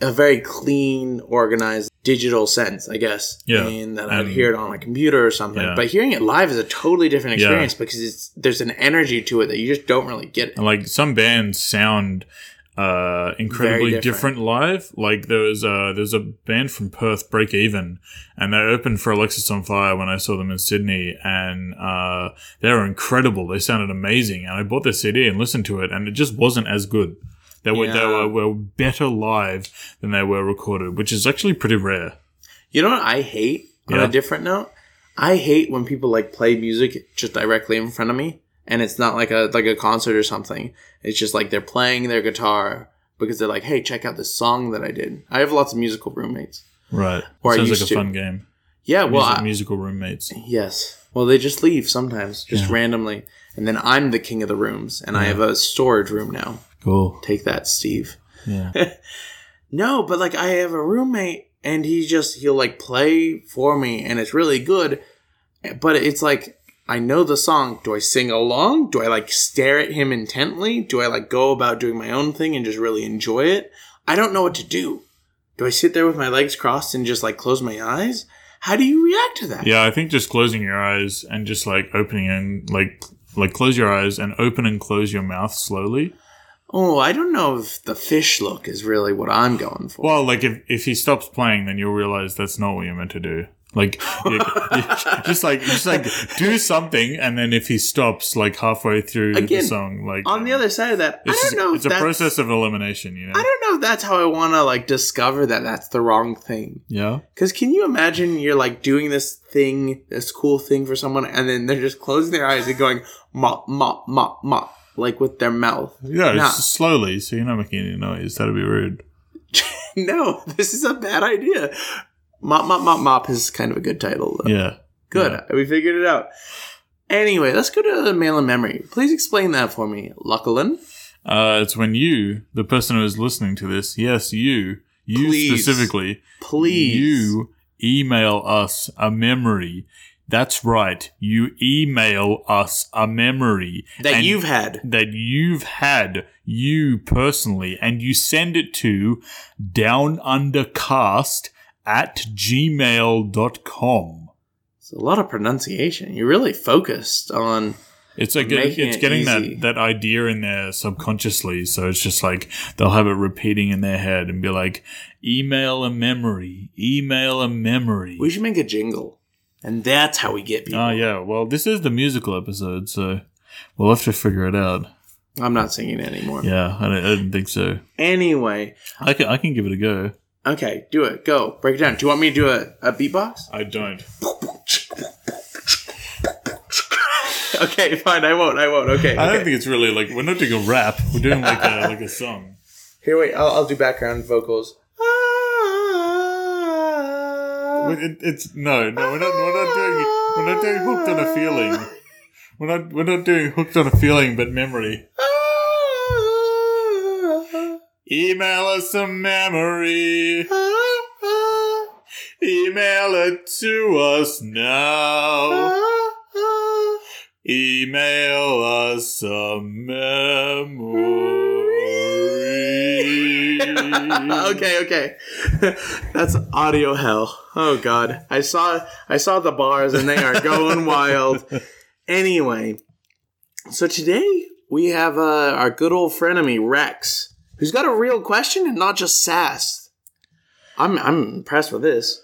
Speaker 1: a very clean, organized digital sense, I guess.
Speaker 2: Yeah.
Speaker 1: And that I'd
Speaker 2: And-
Speaker 1: hear it on a computer or something.
Speaker 2: Yeah.
Speaker 1: But hearing it live is a totally different
Speaker 2: Yeah.
Speaker 1: experience because it's there's an energy to it that you just don't really get.
Speaker 2: and like some bands sound uh incredibly
Speaker 1: Very
Speaker 2: different.
Speaker 1: different.
Speaker 2: live like there was uh there's a band from perth break even and they opened for alexis on fire when i saw them in sydney and uh they were incredible they sounded amazing and i bought their cd and listened to it and it just wasn't as good they were they
Speaker 1: Yeah.
Speaker 2: were, were better live than they were recorded which is actually pretty rare
Speaker 1: You know what I hate on
Speaker 2: Yeah.
Speaker 1: a different note? I hate when people like play music just directly in front of me and it's not like a like a concert or something. It's just like they're playing their guitar because they're like, "Hey, check out this song that I did." I have lots of musical roommates.
Speaker 2: right
Speaker 1: Or I
Speaker 2: sounds like
Speaker 1: used to.
Speaker 2: a fun game
Speaker 1: Yeah, well,
Speaker 2: Music-
Speaker 1: I-
Speaker 2: musical roommates
Speaker 1: yes. Well, they just leave sometimes, just
Speaker 2: Yeah.
Speaker 1: randomly. And then I'm the king of the rooms and I have a storage room now.
Speaker 2: cool
Speaker 1: Take that, Steve.
Speaker 2: yeah
Speaker 1: No, but like I have a roommate and he just he'll like play for me and it's really good. But it's like I know the song. Do I sing along? Do I like stare at him intently? Do I like go about doing my own thing and just really enjoy it? I don't know what to do. Do I sit there with my legs crossed and just like close my eyes? How do you react to that?
Speaker 2: Yeah, I think just closing your eyes and just like opening and like like close your eyes and open and close your mouth slowly.
Speaker 1: Oh, I don't know if the fish look is really what I'm going for.
Speaker 2: Well, like if if he stops playing, then you'll realize that's not what you're meant to do. Like, you- you- just like just like do something, and then if he stops like halfway through
Speaker 1: Again,
Speaker 2: the song, like
Speaker 1: On the other side of that, I
Speaker 2: it's
Speaker 1: don't
Speaker 2: just-
Speaker 1: know if
Speaker 2: it's a
Speaker 1: that's,
Speaker 2: process of elimination, you know.
Speaker 1: I don't know if that's how I want to like discover that that's the wrong thing.
Speaker 2: yeah,
Speaker 1: Because can you imagine you're like doing this thing, this cool thing for someone, and then they're just closing their eyes and going mop, mop, mop, mop, like with their mouth.
Speaker 2: yeah, it's
Speaker 1: Nah.
Speaker 2: just slowly, so you're not making any noise. That'd be rude.
Speaker 1: no, this is a bad idea. Mop, mop, mop, mop is kind of a good title. Though.
Speaker 2: Yeah.
Speaker 1: Good,
Speaker 2: yeah.
Speaker 1: we figured it out. Anyway, let's go to the mail and memory. Please explain that for me, Lucklin.
Speaker 2: Uh, it's when you, the person who is listening to this, yes, you, you
Speaker 1: Please.
Speaker 2: specifically,
Speaker 1: Please.
Speaker 2: You email us a memory. That's right. You email us a memory
Speaker 1: that
Speaker 2: and-
Speaker 1: you've had.
Speaker 2: that you've had you personally, and you send it to downundercast at gmail.com.
Speaker 1: It's a lot of pronunciation. You're really focused on
Speaker 2: It's like
Speaker 1: Making
Speaker 2: it's
Speaker 1: it
Speaker 2: getting
Speaker 1: easy.
Speaker 2: that, that idea in there subconsciously, so it's just like they'll have it repeating in their head and be like, "Email a memory, email a memory."
Speaker 1: We should make a jingle. And that's how we get people.
Speaker 2: Oh yeah, well this is the musical episode, so we'll have to figure it out.
Speaker 1: I'm not singing it anymore.
Speaker 2: Yeah, I don't, I don't think so.
Speaker 1: Anyway,
Speaker 2: I can I can give it a go.
Speaker 1: okay, do it. Go. Break it down. Do you want me to do a, a beatbox?
Speaker 2: I don't.
Speaker 1: okay, fine. I won't. I won't. Okay.
Speaker 2: I
Speaker 1: okay.
Speaker 2: don't think it's really like we're not doing a rap. We're doing like a like a song.
Speaker 1: Here, wait. I'll, I'll do background vocals. Ah.
Speaker 2: It, it- it's no, no, we're not we're not doing we're not doing hooked on a feeling. We're not we're not doing hooked on a feeling, but memory.
Speaker 1: Ah.
Speaker 2: Email us a memory. Email it to us now. Email us a memory.
Speaker 1: okay, okay. That's audio hell. Oh god. I saw I saw the bars and they are going wild. Anyway, so today we have uh, our good old frenemy Rex, who's got a real question and not just sass. I'm I'm impressed with this.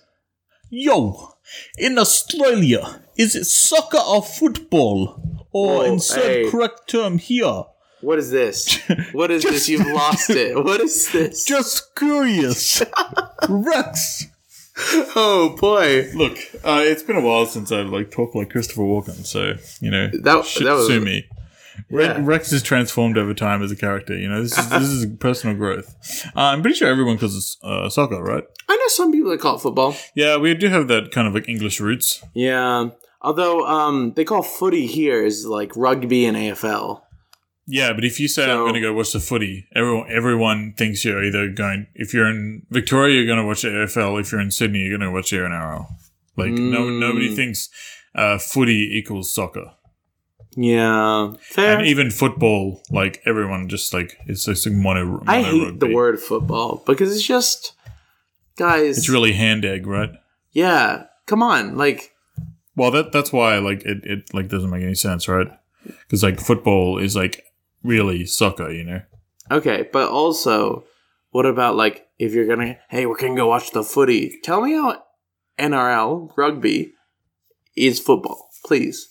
Speaker 3: Yo, in Australia, is it soccer or football? Or
Speaker 1: Whoa,
Speaker 3: insert
Speaker 1: hey.
Speaker 3: correct term here.
Speaker 1: What is this? What is this? You've lost it. What is this?
Speaker 3: Just curious. Rex.
Speaker 1: oh boy.
Speaker 2: Look, uh, it's been a while since I've like talked like Christopher Walken, so you know
Speaker 1: That-
Speaker 2: sh-
Speaker 1: that was-
Speaker 2: sue me. Re-
Speaker 1: Yeah.
Speaker 2: Rex is transformed over time as a character. You know, this is this is personal growth. Uh, I'm pretty sure everyone calls it uh, soccer, right?
Speaker 1: I know some people that call it football.
Speaker 2: Yeah, we do have that kind of like English roots.
Speaker 1: Yeah. Although um, they call footy here is like rugby and AFL.
Speaker 2: Yeah, but if you say I'm
Speaker 1: So-
Speaker 2: going to go watch the footy, everyone everyone thinks you're either going. If you're in Victoria, you're going to watch AFL. If you're in Sydney, you're going to watch NRL. Like no
Speaker 1: Mm.
Speaker 2: nobody thinks uh, footy equals soccer,
Speaker 1: Yeah. Fair.
Speaker 2: and even football. Like everyone just like it's just a mono. mono
Speaker 1: I hate the
Speaker 2: rugby.
Speaker 1: word football because it's just guys.
Speaker 2: It's really hand egg, right?
Speaker 1: yeah. Come on, like
Speaker 2: Well, that that's why like it, it like doesn't make any sense, right? Because like football is like really soccer, you know.
Speaker 1: okay, but also, what about like if you're gonna hey we're gonna go watch the footy? Tell me how NRL rugby is football, please.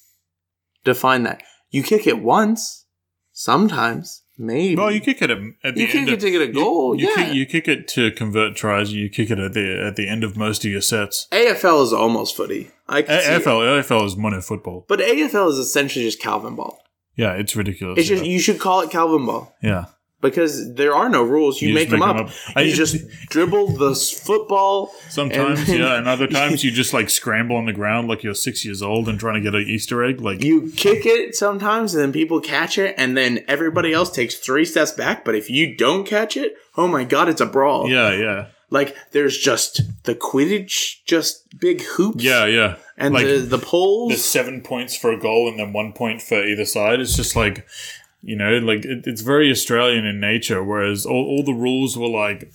Speaker 1: Define that. You kick it once, sometimes maybe.
Speaker 2: Well, you kick it at, at the
Speaker 1: You
Speaker 2: end
Speaker 1: kick it
Speaker 2: of,
Speaker 1: to get a goal.
Speaker 2: You,
Speaker 1: yeah.
Speaker 2: kick, you kick it to convert tries. You kick it at the at the end of most of your sets.
Speaker 1: AFL is almost footy. I can
Speaker 2: A-
Speaker 1: see it.
Speaker 2: AFL AFL is mono football.
Speaker 1: but AFL is essentially just Calvin ball.
Speaker 2: Yeah, it's ridiculous.
Speaker 1: It's just
Speaker 2: yeah.
Speaker 1: you should call it Calvin ball
Speaker 2: yeah.
Speaker 1: because there are no rules. You,
Speaker 2: You
Speaker 1: make,
Speaker 2: just
Speaker 1: them
Speaker 2: make
Speaker 1: up.
Speaker 2: 'em up.
Speaker 1: You
Speaker 2: I-
Speaker 1: just dribble the s- football.
Speaker 2: Sometimes,
Speaker 1: then-
Speaker 2: yeah, and other times you just like scramble on the ground like you're six years old and trying to get an Easter egg. Like
Speaker 1: You kick it sometimes, and then people catch it, and then everybody else takes three steps back. But if you don't catch it, oh my god, it's a brawl.
Speaker 2: yeah, yeah,
Speaker 1: Like there's just the Quidditch, just big hoops.
Speaker 2: yeah, yeah.
Speaker 1: And
Speaker 2: like
Speaker 1: the, the poles.
Speaker 2: there's seven points for a goal and then one point for either side. It's just like, you know, like it, it's very Australian in nature. Whereas all, all the rules were like,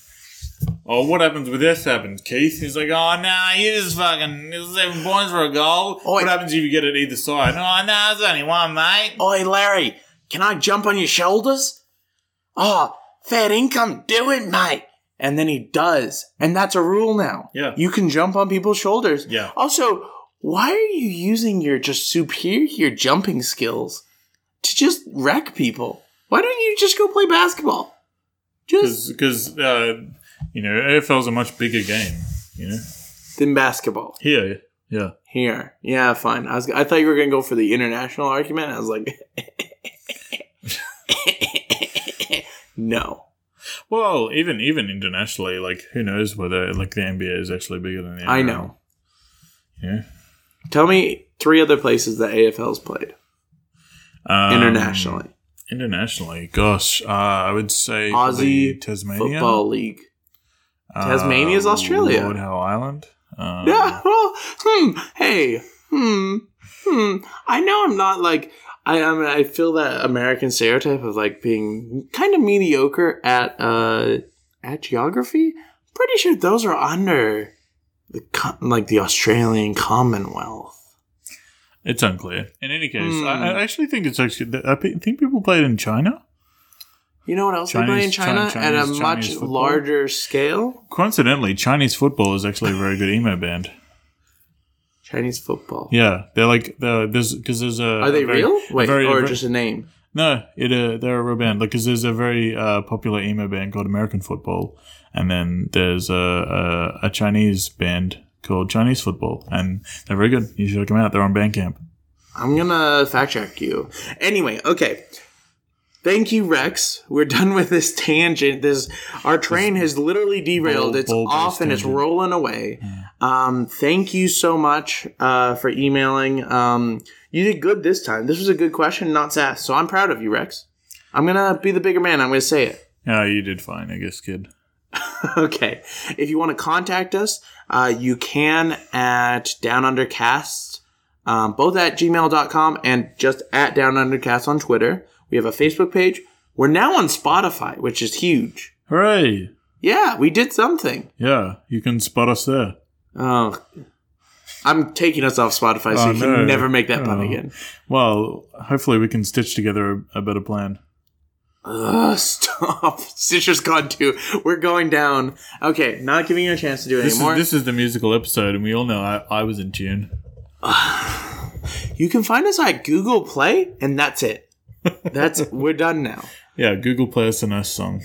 Speaker 2: oh, what happens with this happens, Keith? He's like, oh, nah, you just fucking, it's seven points for a goal.
Speaker 1: Oh,
Speaker 2: what
Speaker 1: it-
Speaker 2: happens if you get it either side? Oh, nah, it's only one, mate.
Speaker 1: Oi, Larry, can I jump on your shoulders? Ah, fat income, do it, mate. And then he does. And that's a rule now.
Speaker 2: Yeah.
Speaker 1: You can jump on people's shoulders.
Speaker 2: Yeah.
Speaker 1: Also, why are you using your just superior jumping skills to just wreck people? Why don't you just go play basketball? Just
Speaker 2: Because, uh, you know, AFL's a much bigger game, you know?
Speaker 1: then basketball.
Speaker 2: Here, yeah.
Speaker 1: Here. Yeah, fine. I was I thought you were gonna go for the international argument. I was like No.
Speaker 2: Well, even even internationally, like who knows whether like the NBA is actually bigger than the
Speaker 1: I
Speaker 2: NRL.
Speaker 1: know.
Speaker 2: Yeah.
Speaker 1: Tell me three other places that AFL's played
Speaker 2: Um,
Speaker 1: internationally.
Speaker 2: Internationally, gosh, uh, I would say
Speaker 1: Aussie
Speaker 2: probably Tasmania, Uh,
Speaker 1: Football league. Tasmania is Australia.
Speaker 2: Lord Howe Island. Um,
Speaker 1: Yeah. Well, hmm. Hey. Hmm. Hmm. I know I'm not like I. I, mean, I feel that American stereotype of like being kind of mediocre at uh at geography. Pretty sure those are under the co- like the Australian Commonwealth.
Speaker 2: it's unclear. In any case,
Speaker 1: Hmm.
Speaker 2: I, I actually think it's actually. I pe- think people play it in China.
Speaker 1: You know what else they play in China
Speaker 2: Chinese- Chi-
Speaker 1: at a
Speaker 2: Chinese-
Speaker 1: much
Speaker 2: Chinese football?
Speaker 1: larger scale?
Speaker 2: Coincidentally, Chinese football is actually a very good emo band.
Speaker 1: Chinese football.
Speaker 2: Yeah, they're like they're, there's because there's a
Speaker 1: Are they
Speaker 2: a very-
Speaker 1: real?
Speaker 2: a
Speaker 1: Wait,
Speaker 2: very- a
Speaker 1: or
Speaker 2: very-
Speaker 1: just a name?
Speaker 2: No, it uh, they're a real band. Like, 'cause there's a very uh, popular emo band called American Football, and then there's a, a a Chinese band called Chinese Football, and they're very good. You should look them out. They're on Bandcamp.
Speaker 1: I'm gonna fact check you. Anyway, okay. Thank you, Rex. We're done with this tangent. This our train has literally derailed.
Speaker 2: Bull-
Speaker 1: it's
Speaker 2: bull-based
Speaker 1: off and it's
Speaker 2: tangent.
Speaker 1: rolling away. Um, thank you so much uh, for emailing. Um, you did good this time. This was a good question, not sass. So I'm proud of you, Rex. I'm gonna be the bigger man. I'm gonna say it.
Speaker 2: Yeah, you did fine, I guess, kid.
Speaker 1: Okay. If you want to contact us, uh, you can at downundercast, um, both at gmail.com and just at downundercast on Twitter. We have a Facebook page. We're now on Spotify, which is huge.
Speaker 2: Hooray!
Speaker 1: Yeah, we did something.
Speaker 2: Yeah, you can spot us there.
Speaker 1: Oh, I'm taking us off Spotify so
Speaker 2: Oh,
Speaker 1: you
Speaker 2: no.
Speaker 1: can never make that pun
Speaker 2: Oh.
Speaker 1: again.
Speaker 2: Well, hopefully we can stitch together a, a better plan.
Speaker 1: Ugh, stop. Stitcher's gone too. We're going down. Okay, not giving you a chance to do it
Speaker 2: This is,
Speaker 1: anymore.
Speaker 2: this is the musical episode, and we all know I, I was in tune.
Speaker 1: You can find us at Google Play, and that's it. That's we're done now.
Speaker 2: Yeah, Google Play us a nice song.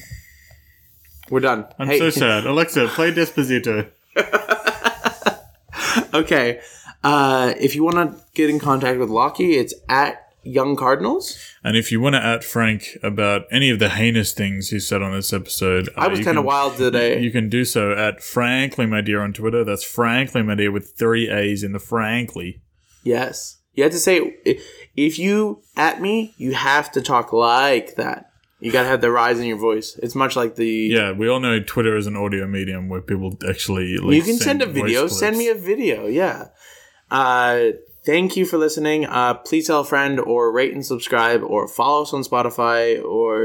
Speaker 1: We're done.
Speaker 2: I'm
Speaker 1: Hey,
Speaker 2: so sad. Alexa, play Desposito.
Speaker 1: Okay. Uh, if you want to get in contact with Lockie, it's at young cardinals.
Speaker 2: And if you want to at Frank about any of the heinous things he said on this episode,
Speaker 1: I
Speaker 2: uh,
Speaker 1: was
Speaker 2: you
Speaker 1: kind of
Speaker 2: can-
Speaker 1: wild today.
Speaker 2: You can do so at Frankly My Dear on Twitter. That's Frankly My Dear with three A's in the Frankly.
Speaker 1: yes, you had to say i- if you at me, you have to talk like that. You gotta have the rise in your voice. It's much like the
Speaker 2: Yeah, we all know Twitter is an audio medium where people actually. Like,
Speaker 1: you can send, a
Speaker 2: voice
Speaker 1: video.
Speaker 2: clips.
Speaker 1: Send me a video. Yeah. Uh, thank you for listening. Uh, please tell a friend or rate and subscribe or follow us on Spotify or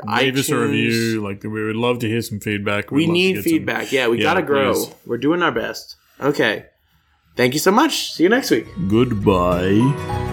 Speaker 2: Leave
Speaker 1: iTunes.
Speaker 2: us a review. Like we would love to hear some feedback. We'd
Speaker 1: We
Speaker 2: love to
Speaker 1: need
Speaker 2: get some-
Speaker 1: feedback. Yeah, we
Speaker 2: Yeah,
Speaker 1: gotta grow.
Speaker 2: please.
Speaker 1: We're doing our best. Okay. Thank you so much. See you next week.
Speaker 2: Goodbye.